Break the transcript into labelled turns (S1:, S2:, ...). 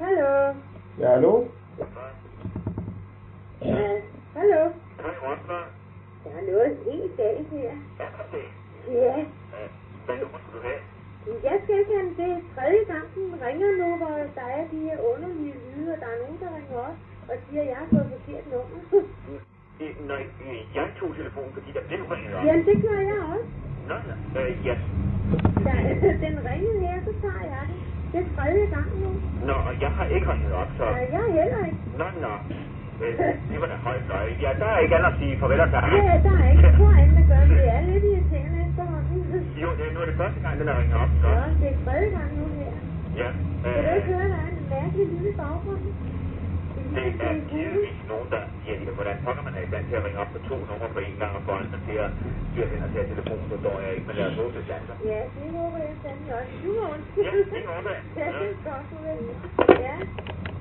S1: Hallo.
S2: Ja, hallo?
S1: Ja. Øh, Hallo.
S3: Hej, Rosner.
S1: Der er noget helt galt her.
S3: Er der det?
S1: Ja.
S3: Hvad nummer skal du have?
S1: Jeg skal ikke have det er tredje gang, den ringer nu, hvor der er de her underlige lyde, og der er nogen, der ringer op og siger, at jeg har fået forkert nummer.
S3: Øh, Nej, øh, jeg tog telefonen, fordi der blev ringet op.
S1: Jamen, det gør jeg også.
S3: Nå, ja. Øh, ja.
S1: Der, den ringede her, så tager jeg den. Det er tredje gang nu.
S3: Nå, og jeg har ikke ringet op, så...
S1: Nej, jeg er heller ikke.
S3: Nå, nå. Øh, det var da højt løg. Ja, der er ikke andet at sige. Farvel og tak.
S1: Ja, der er ikke hvor andet gør, men det er lidt irriterende efterhånden.
S3: Jo, det, nu er det første gang, den har ringet op, så...
S1: Ja, det er tredje gang nu her.
S3: Ja.
S1: Kan du ikke
S3: Øh,
S1: høre, der er en mærkelig lille baggrund?
S3: det er givetvis nogen, der hjælper. Hvordan pokker man er i stand til at ringe op på to numre på en gang og få andre til at styre hen og tage telefonen, så står jeg ikke med deres hovedet chancer.
S1: Ja, det håber jeg fandme også. Du må
S3: Ja, det er
S1: undskylde.
S3: nogen, der...
S1: Ja,
S3: Ja.
S1: det er godt, du ved. Ja.